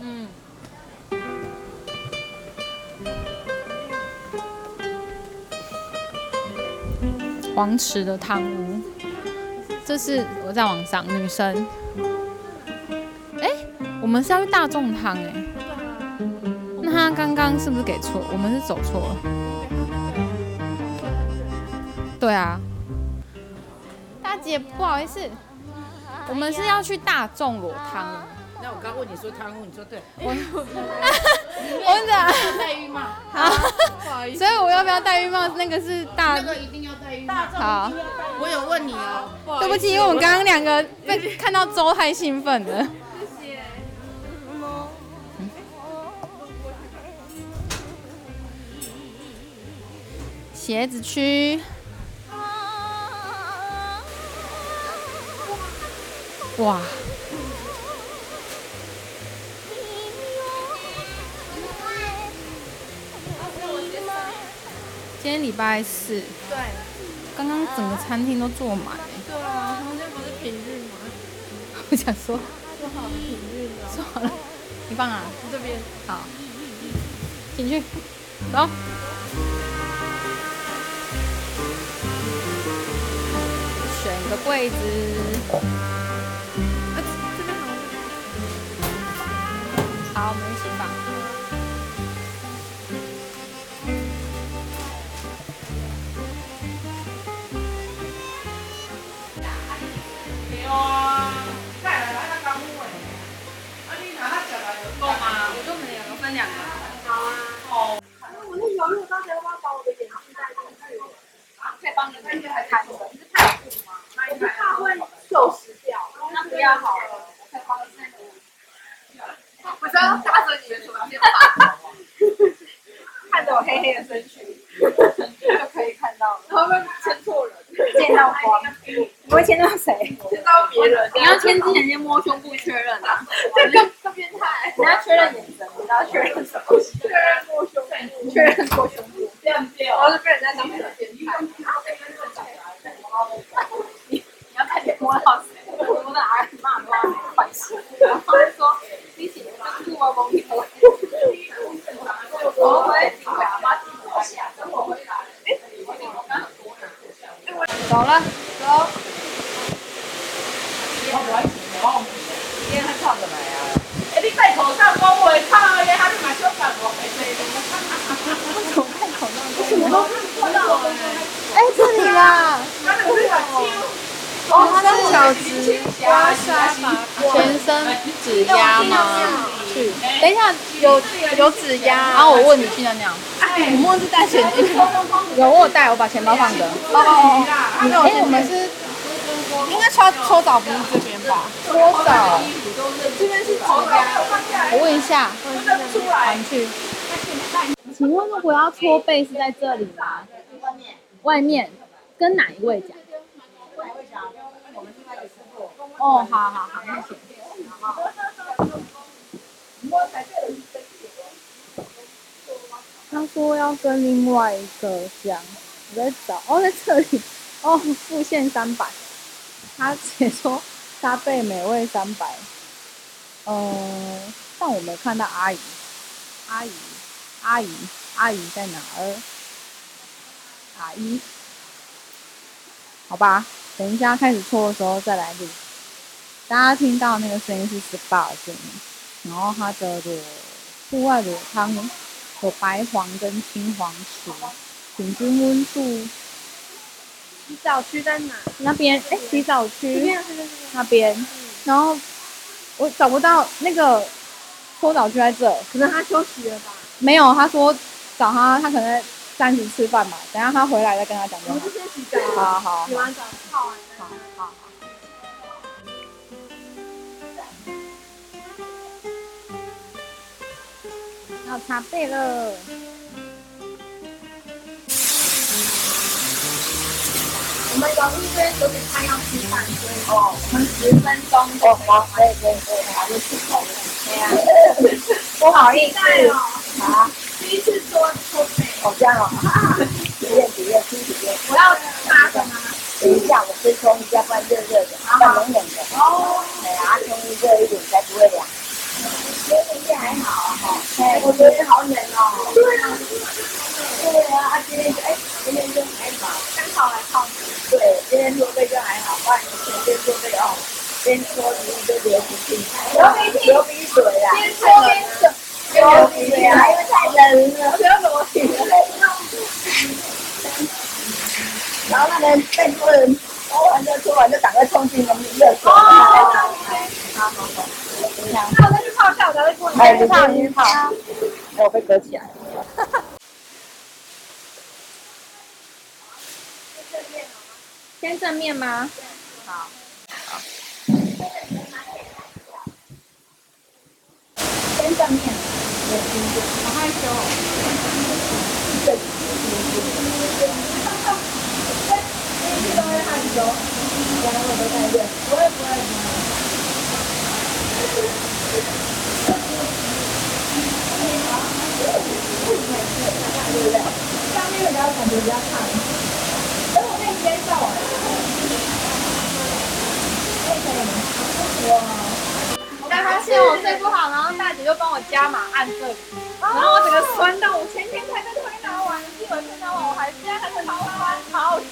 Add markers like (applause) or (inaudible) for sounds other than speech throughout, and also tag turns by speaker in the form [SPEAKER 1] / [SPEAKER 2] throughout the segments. [SPEAKER 1] 嗯，黄池的汤屋，这是我在网上女生。哎、我们是要去大众汤哎、那他刚刚是不是给错？我们是走错了。对啊，大姐不好意思，我们是要去大众裸汤。
[SPEAKER 2] 那我刚问你说贪污，你说
[SPEAKER 3] (laughs)
[SPEAKER 2] 对，
[SPEAKER 3] 哎
[SPEAKER 1] 我跟你讲，
[SPEAKER 3] 戴浴帽，不好意思，
[SPEAKER 1] 啊所以我要不要戴浴帽？那个是大
[SPEAKER 3] 那个一定要戴浴帽。
[SPEAKER 1] 好，
[SPEAKER 2] 我有问你哦、
[SPEAKER 3] 好
[SPEAKER 1] 对不起，因为我们刚刚两个被看到周太兴奋了。鞋子区，哇，今天礼拜四，
[SPEAKER 3] 对
[SPEAKER 1] 刚刚整个餐厅都坐满欸
[SPEAKER 3] 对啊，中间不是平日吗？
[SPEAKER 1] 我想说，
[SPEAKER 3] 说好的平日呢？
[SPEAKER 1] 说好了，你放啊，
[SPEAKER 3] 这边
[SPEAKER 1] 好，进去，走。选个柜子，
[SPEAKER 3] 啊，这边好像
[SPEAKER 1] 好，我们一起放。
[SPEAKER 4] 对啊，再来咱那干母的，啊你若较食来就够嘛。
[SPEAKER 1] 我就可能两个分两个。
[SPEAKER 4] 再帮你看一下看我，你是太苦吗？怕会锈蚀掉，那不要好了。我是要搭着你的手先拔，看着我黑黑的身躯就可以看到了。会不会牵错人？见到光，你会牵到谁？牵到别人。
[SPEAKER 3] 你要签之前先摸胸部确认啊。
[SPEAKER 4] 这更更变态！你要确认眼神，你要确认什么？确认过胸部，确认过胸部，这样子。然后就被人家当成变态。你你要看你摸到谁？摸到阿姨妈，摸到坏事。然后就说你请关注我朋友。我会请阿妈请我下，等我回来。哎，我刚刚说了。
[SPEAKER 1] 走了，走。
[SPEAKER 2] 今天他唱什么呀？
[SPEAKER 4] 哎，你戴口罩，光我唱耶，他就买香港我。
[SPEAKER 1] 什么都看不到哎、这里啦，
[SPEAKER 4] 他那个是很
[SPEAKER 1] 哦，它是小直刮痧法，全身指压吗？去，等一下有有指压，然啊后我问你去尿尿。哎，你忘记带钱进去？有，我有带，我把钱包放着。哦哦哦，哎，我们是应该抽抽澡不是这边吧？搓澡，我问一下，
[SPEAKER 4] 出来。
[SPEAKER 1] 你去。请问如果要搓背是在这里吗？外面，跟哪一位讲？哦，好好好，那行。他说要跟另外一个讲，我在找，哦，在这里，哦，付现三百。他写说沙贝每位三百，呃，但我没看到阿姨，阿姨，阿姨，阿姨在哪儿？阿姨，好吧，等一下开始搓的时候再来录。大家听到那个声音是 SPA 的声音，然后它的裸户外裸汤有白黄跟青黄石，平均温度
[SPEAKER 3] 洗澡区在哪？
[SPEAKER 1] 那边哎洗澡区
[SPEAKER 3] 这边这边这边。
[SPEAKER 1] 那边，然后我找不到那个搓澡区在这，
[SPEAKER 3] 可能他休息了吧？
[SPEAKER 1] 没有，他说找他，他可能暂时吃饭吧，等下他回来再跟他讲就
[SPEAKER 3] 我
[SPEAKER 1] 好
[SPEAKER 3] 就。先洗澡，
[SPEAKER 1] 好好
[SPEAKER 3] 洗完澡泡完再
[SPEAKER 1] 好好。要擦背了。
[SPEAKER 4] 我们总是因为九点半要吃饭，所以哦，我们十分钟就可以完成。对对对，好，就吃饱了。对呀，不好意思啊，第一次做做美，哦这样哦，体验体验新体验。我要拿着吗？等一下，我先冲一下，不然热热的，不然冷冷的。哦，对啊，冲热一点才不会凉。先一下，还好哈。哎，我觉得好冷哦。对啊，对啊，啊今天就哎，今天就还好，刚好还好。对，今天座位就还好，不然以前就座位哦，边搓鼻涕就流鼻涕，流鼻水啦，
[SPEAKER 3] 边搓边
[SPEAKER 4] 水。流鼻水啊，因为太冷了，我觉得我挺然后那个被多人搓完就搓完就赶快冲进农民热水。
[SPEAKER 3] 哦
[SPEAKER 4] 好好好，这样。
[SPEAKER 3] 那我再去泡一下，我再过
[SPEAKER 4] 哎，
[SPEAKER 3] 你
[SPEAKER 4] 你
[SPEAKER 3] 泡
[SPEAKER 4] 泡，
[SPEAKER 3] 你
[SPEAKER 4] 你
[SPEAKER 3] 泡
[SPEAKER 4] 泡。，我被隔起来。
[SPEAKER 1] 先正面吗？好。
[SPEAKER 4] 先正面，
[SPEAKER 2] 好害羞哦。
[SPEAKER 3] 但他嫌我睡不好，然后大姐就帮我加码按这里，然后我整个酸到我前天才被推拿完，一会儿推拿完我还现在还是好酸好紧，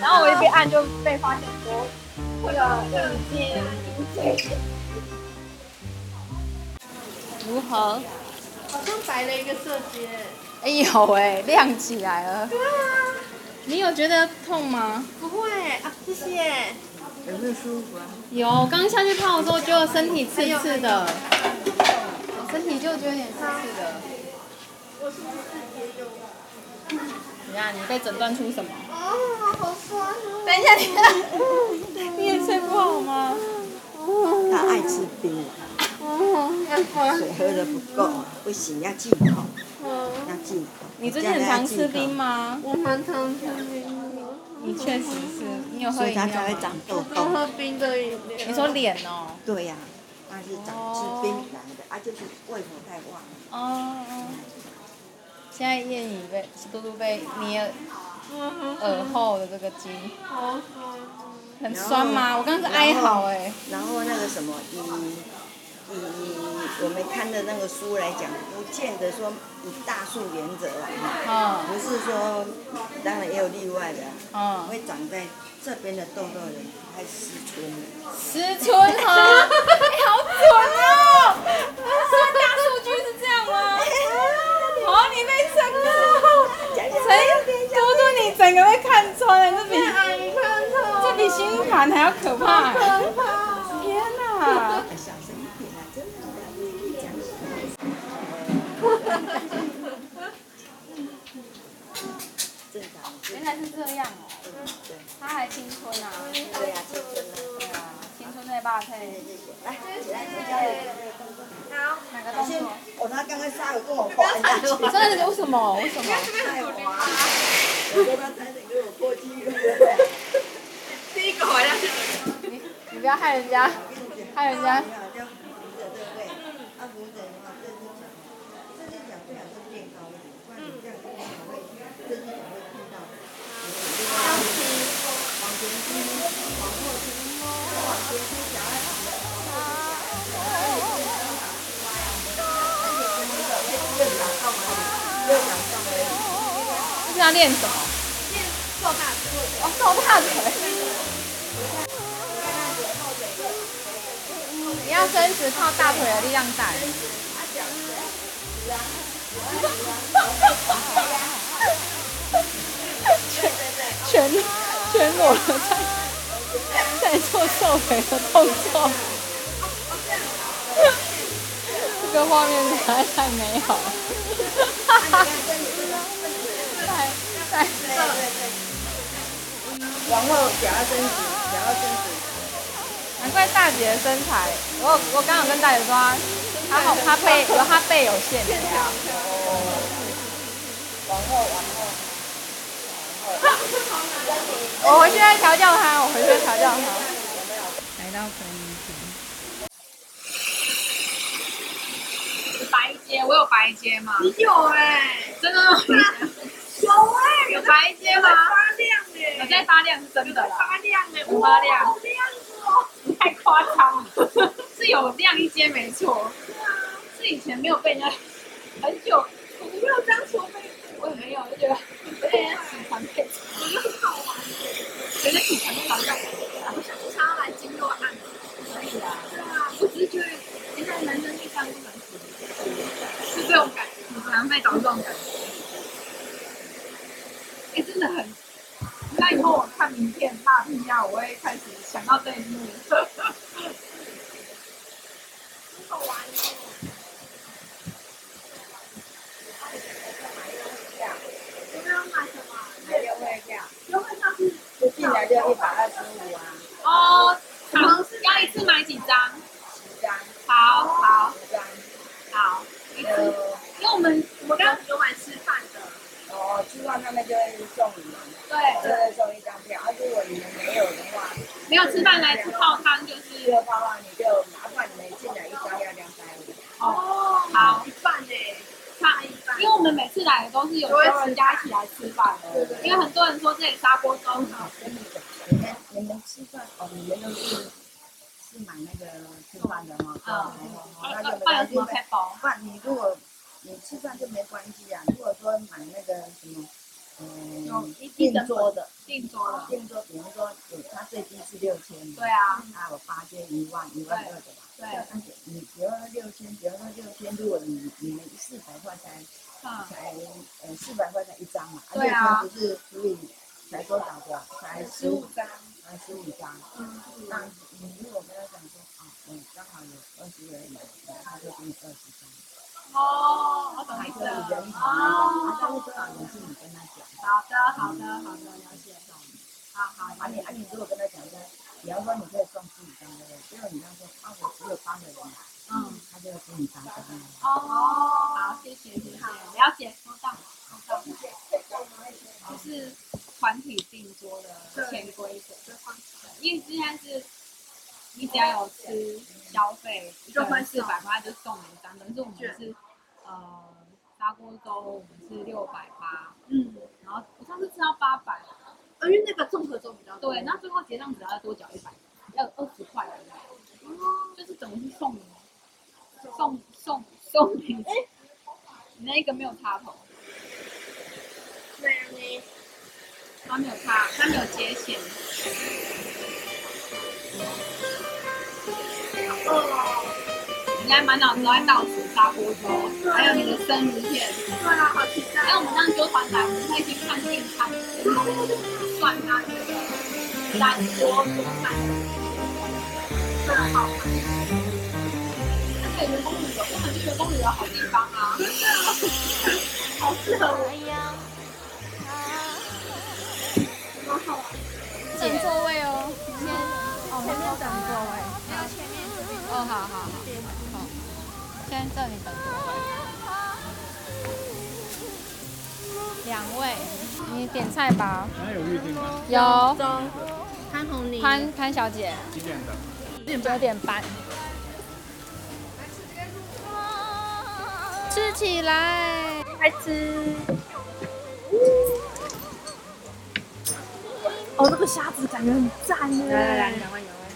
[SPEAKER 3] 然后我一边按就被发现说会有硬结硬结，
[SPEAKER 1] 如何？
[SPEAKER 2] 好像白了一个色阶，
[SPEAKER 1] 哎呦喂，亮起来了。对啊。你有觉得痛吗？
[SPEAKER 2] 不会啊，谢谢。有没有舒服啊？
[SPEAKER 1] 有，刚下去泡的时候觉得身体刺刺的，我身体就觉得有点刺刺的。哎怎样？你被诊断出什么？
[SPEAKER 3] 等一下你看，
[SPEAKER 1] 你也睡不好吗？
[SPEAKER 5] 他爱吃冰，水喝的不够，不行，要忌口，要忌口。
[SPEAKER 1] 你最近很常吃冰吗？
[SPEAKER 3] 我蛮常吃冰的，
[SPEAKER 1] 你确实是，你有喝
[SPEAKER 5] 所以
[SPEAKER 1] 饮
[SPEAKER 5] 他
[SPEAKER 1] 料
[SPEAKER 5] 才会
[SPEAKER 1] 吗？
[SPEAKER 5] 长痘
[SPEAKER 3] 都
[SPEAKER 5] 痘。
[SPEAKER 1] 啊
[SPEAKER 3] 喝冰的饮料。
[SPEAKER 1] 你说脸哦？
[SPEAKER 5] 对呀、他是长吃冰来的，啊，就是胃口太旺。
[SPEAKER 1] 哦。现在燕影被嘟嘟被捏
[SPEAKER 3] 嗯
[SPEAKER 1] 耳后的这个筋，
[SPEAKER 3] 好酸。
[SPEAKER 1] 很酸吗？我刚刚是哀嚎哎、
[SPEAKER 5] 然后那个什么，以以我们看的那个书来讲，不见得说以大数原则啦，哈
[SPEAKER 1] 嗯
[SPEAKER 5] 不是说，当然也有例外的啊，
[SPEAKER 1] 嗯，
[SPEAKER 5] 会长在这边的痘痘的，还湿春的。
[SPEAKER 1] 石春哈，哎好准哦！现在大数据是这样吗？哦，你被整了，
[SPEAKER 5] 讲讲
[SPEAKER 1] 陈嘟嘟你整个被看穿了，这比这比星盘还要可怕、天哪！
[SPEAKER 5] 小声一点啊，真的讲。正常，
[SPEAKER 1] 原来是这样哦，
[SPEAKER 5] 对
[SPEAKER 1] 他还青春啊，
[SPEAKER 5] 对呀、啊，青春了。
[SPEAKER 1] 对啊，青春在霸气，
[SPEAKER 5] 来，起来，回家了。
[SPEAKER 1] 哪个动作？
[SPEAKER 5] 哦，他刚刚杀了跟我破案，我
[SPEAKER 1] 真的为什么？为什么？
[SPEAKER 5] 太滑，我说他差点给我破纪录了。
[SPEAKER 1] 你你不要害人家，害人家。
[SPEAKER 5] 叫扶着对不对？啊，扶着的话，这只脚，这只脚最好是垫高一点，不然你这样子可能会，这只脚会碰到。
[SPEAKER 1] 这是要练什么？练瘦大腿。哦，瘦大腿。你要伸直靠大腿的力量带。全全全裸的在在做瘦腿的动作，这个画面实在太美好了。哈哈哈太太
[SPEAKER 5] 往后脚要伸直，脚要伸直。
[SPEAKER 1] 难怪大姐的身材，我有我刚刚有跟大姐说啊，她好她背有她背有线条。哦 (laughs) 往后往后。我回去再调教她，我回去再调教她。来到粉林
[SPEAKER 3] 白阶，我有白阶吗？
[SPEAKER 4] 你有哎、
[SPEAKER 3] 真的吗？
[SPEAKER 4] 有哎、
[SPEAKER 3] 有白阶吗？
[SPEAKER 4] 发亮哎、
[SPEAKER 3] 我在发亮是真的啦，
[SPEAKER 4] 发亮哎、
[SPEAKER 3] 我发亮
[SPEAKER 4] 好亮哦！
[SPEAKER 3] 太夸张了，是有亮一阶没错，是以前前没有被人家很久，我没有当初被，我也没有，就觉得被人家喜欢被，我就很好玩，觉得喜欢被老外，然后想插来经络按，可以啊，对啊，我只是觉得现在男生去上不能行，就这种感觉，很常被找这种感觉，哎、真的很。那以后我看名片大屁呀，我会开始想到这一幕。好玩哦！有没有买什么？优惠价是
[SPEAKER 4] 进来就一百二十五啊，
[SPEAKER 3] 哦，好，要一次买几张？
[SPEAKER 4] 十张，
[SPEAKER 3] 好好
[SPEAKER 4] 十张，
[SPEAKER 3] 好，一
[SPEAKER 4] 还
[SPEAKER 3] 次，
[SPEAKER 4] 有
[SPEAKER 3] 因为我们我们刚刚有买吃饭的，
[SPEAKER 4] 哦，希望他们就会送你们，就
[SPEAKER 3] 对，
[SPEAKER 4] 会送一张票。啊，如果你们没有的话，
[SPEAKER 3] 没有吃饭来吃泡汤就是
[SPEAKER 4] 这个泡泡你就麻烦你们进来一张要两百五，
[SPEAKER 3] 哦，好，
[SPEAKER 2] 一半哎，
[SPEAKER 3] 差一半，因为我们每次来的都是有时候加起来吃饭的，因为很多人说这里砂锅粥很好吃。
[SPEAKER 4] 你们你们吃饭哦，你们都是是买那个吃饭的
[SPEAKER 3] 嗯
[SPEAKER 4] 吗？哦哦哦那就没
[SPEAKER 3] 啊还有
[SPEAKER 4] 关
[SPEAKER 3] 什
[SPEAKER 4] 系
[SPEAKER 3] 么。配包？
[SPEAKER 4] 饭你如果你吃饭就没关系啊，如果说买那个什么，嗯，订桌的，
[SPEAKER 3] 定桌了。
[SPEAKER 4] 订桌，比如说有它最低是六千嘛，
[SPEAKER 3] 对啊，
[SPEAKER 4] 啊，我八千一万一万二的嘛。
[SPEAKER 3] 对，
[SPEAKER 4] 但是你比如说六千，比如说六千，如果你你们四百块才
[SPEAKER 3] 嗯，
[SPEAKER 4] 才呃四百块才一张嘛，
[SPEAKER 3] 对啊
[SPEAKER 4] 六千不是除以才多少个啊？才十五
[SPEAKER 2] 张，
[SPEAKER 4] 才十五张。
[SPEAKER 3] 嗯，
[SPEAKER 4] 那你如果跟他讲说啊，嗯，刚好有二十个人买，他就给你二十张，
[SPEAKER 3] 哦，我懂
[SPEAKER 4] 还
[SPEAKER 3] 意
[SPEAKER 4] 可
[SPEAKER 3] 思
[SPEAKER 4] 以人
[SPEAKER 3] 了
[SPEAKER 4] 少买一张，啊，但是
[SPEAKER 3] 哦，
[SPEAKER 4] 多少人是你跟他讲。
[SPEAKER 3] 好的，好的，好的，了解。好好，
[SPEAKER 4] 啊你啊你如果跟他讲说，比方说你可以送十五张对不对？结果你跟他说啊我只有八个人买，
[SPEAKER 3] 嗯，
[SPEAKER 4] 他就要给你八张。
[SPEAKER 3] 哦，好，谢谢，谢谢，了解，收到，收到。就是团体订桌的潜规则，因为现在是。你只要有吃消费，一个人四百块就送你一张，可是我们是呃砂锅粥，我们是六百八，
[SPEAKER 2] 嗯，
[SPEAKER 3] 然后我上次吃到八百，呃
[SPEAKER 2] 因为那个综合粥比较多。
[SPEAKER 3] 对，那最后结账只要多缴一百，要二十块而已
[SPEAKER 2] 哦
[SPEAKER 3] 就是等于是送你，送送送 (laughs) 你，
[SPEAKER 2] (laughs)
[SPEAKER 3] 你那一个没有插头，
[SPEAKER 2] 对啊，你
[SPEAKER 3] 它没有插，它没有接线，
[SPEAKER 2] 哦，
[SPEAKER 3] 你该满脑子都在倒数砂锅粥，还有你的生鱼片。
[SPEAKER 2] 对啊，好期待。
[SPEAKER 3] 还有我们让纠团来，我们可以去看健康，算它那个单桌多饭，更好看。而且员工旅游，我们去员工旅游好地方啊，好适合我。
[SPEAKER 6] 整座位哦，
[SPEAKER 1] 哦，那边等座位。
[SPEAKER 6] 哦，好好好，好，先这里等座位，两位，你点菜吧。
[SPEAKER 7] 那有预定吗？
[SPEAKER 6] 有
[SPEAKER 2] 潘红林
[SPEAKER 6] 潘潘小姐，
[SPEAKER 7] 几点的？
[SPEAKER 6] 九点半。吃起来，
[SPEAKER 2] 哦，那个虾子感觉很赞耶！
[SPEAKER 1] 来来来，
[SPEAKER 2] 两位两位，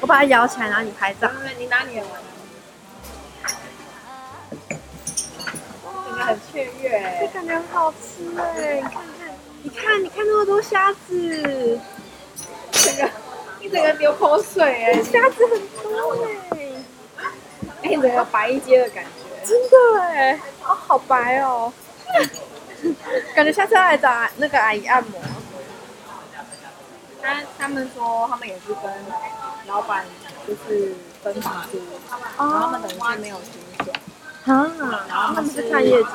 [SPEAKER 2] 我把它摇起来，然后你拍照。
[SPEAKER 1] 你拿你的玩。真的很雀
[SPEAKER 2] 这
[SPEAKER 1] 跃，
[SPEAKER 2] 感觉很好吃哎！你看看，你看，你看那么多虾子，
[SPEAKER 1] 整个一整个流口水哎，
[SPEAKER 2] 虾子很多哎，
[SPEAKER 1] 哎，整个白一街的感觉。
[SPEAKER 2] 真的哎，哦，好白哦，
[SPEAKER 1] 感觉下次要来找那个阿姨按摩。他他们说他们也是跟老板就是分房租，然后他们等于是没有薪水，
[SPEAKER 2] 啊，
[SPEAKER 1] 然后他
[SPEAKER 2] 他
[SPEAKER 1] 们
[SPEAKER 2] 们
[SPEAKER 1] 是
[SPEAKER 2] 是看业绩，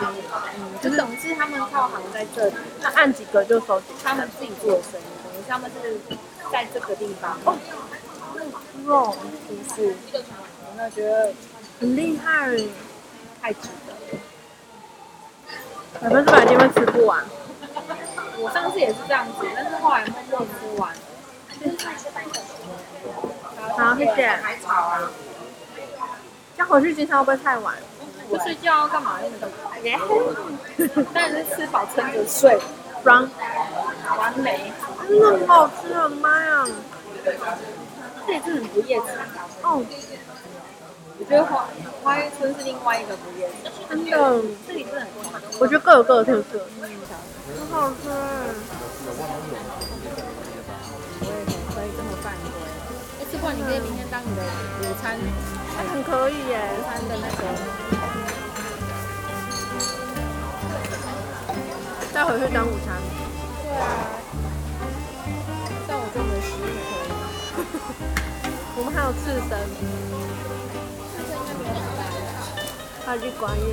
[SPEAKER 1] 嗯，就等于是他们靠行在这里，
[SPEAKER 2] 那按几个就收几
[SPEAKER 1] 他们自己做的生意，等于是他们是在这个地方。
[SPEAKER 2] 哦个哦，
[SPEAKER 1] 是不是？有没有觉得
[SPEAKER 2] 很厉害，
[SPEAKER 1] 太值得？
[SPEAKER 2] 百分之百你会吃不完。
[SPEAKER 1] 我上次也是这样子，但是后来默默吃完。
[SPEAKER 2] 好，谢谢。
[SPEAKER 4] 海草啊，
[SPEAKER 2] 要回去经常会不会太晚？
[SPEAKER 1] 不睡觉啊干嘛？那么干嘛？ (laughs)
[SPEAKER 2] 耶，
[SPEAKER 1] 当然是吃饱撑着睡，
[SPEAKER 2] 软，
[SPEAKER 1] 完美。
[SPEAKER 2] 真的很好吃，啊很妈呀！
[SPEAKER 1] 这也是很不夜城。
[SPEAKER 2] 哦，
[SPEAKER 3] 我觉得花花园村是另外一个不夜城，
[SPEAKER 8] 真的，我觉得各有各的特色。
[SPEAKER 3] 很好吃。
[SPEAKER 1] 哎，吃过你可以明天当你的午餐
[SPEAKER 8] 很可以耶，
[SPEAKER 1] 午餐的那个。
[SPEAKER 8] 待会去当午餐。
[SPEAKER 1] 对啊，像我这种的食物可以。
[SPEAKER 8] 我们还有刺身，
[SPEAKER 1] 这应该没有很大的。
[SPEAKER 8] 还有去关月。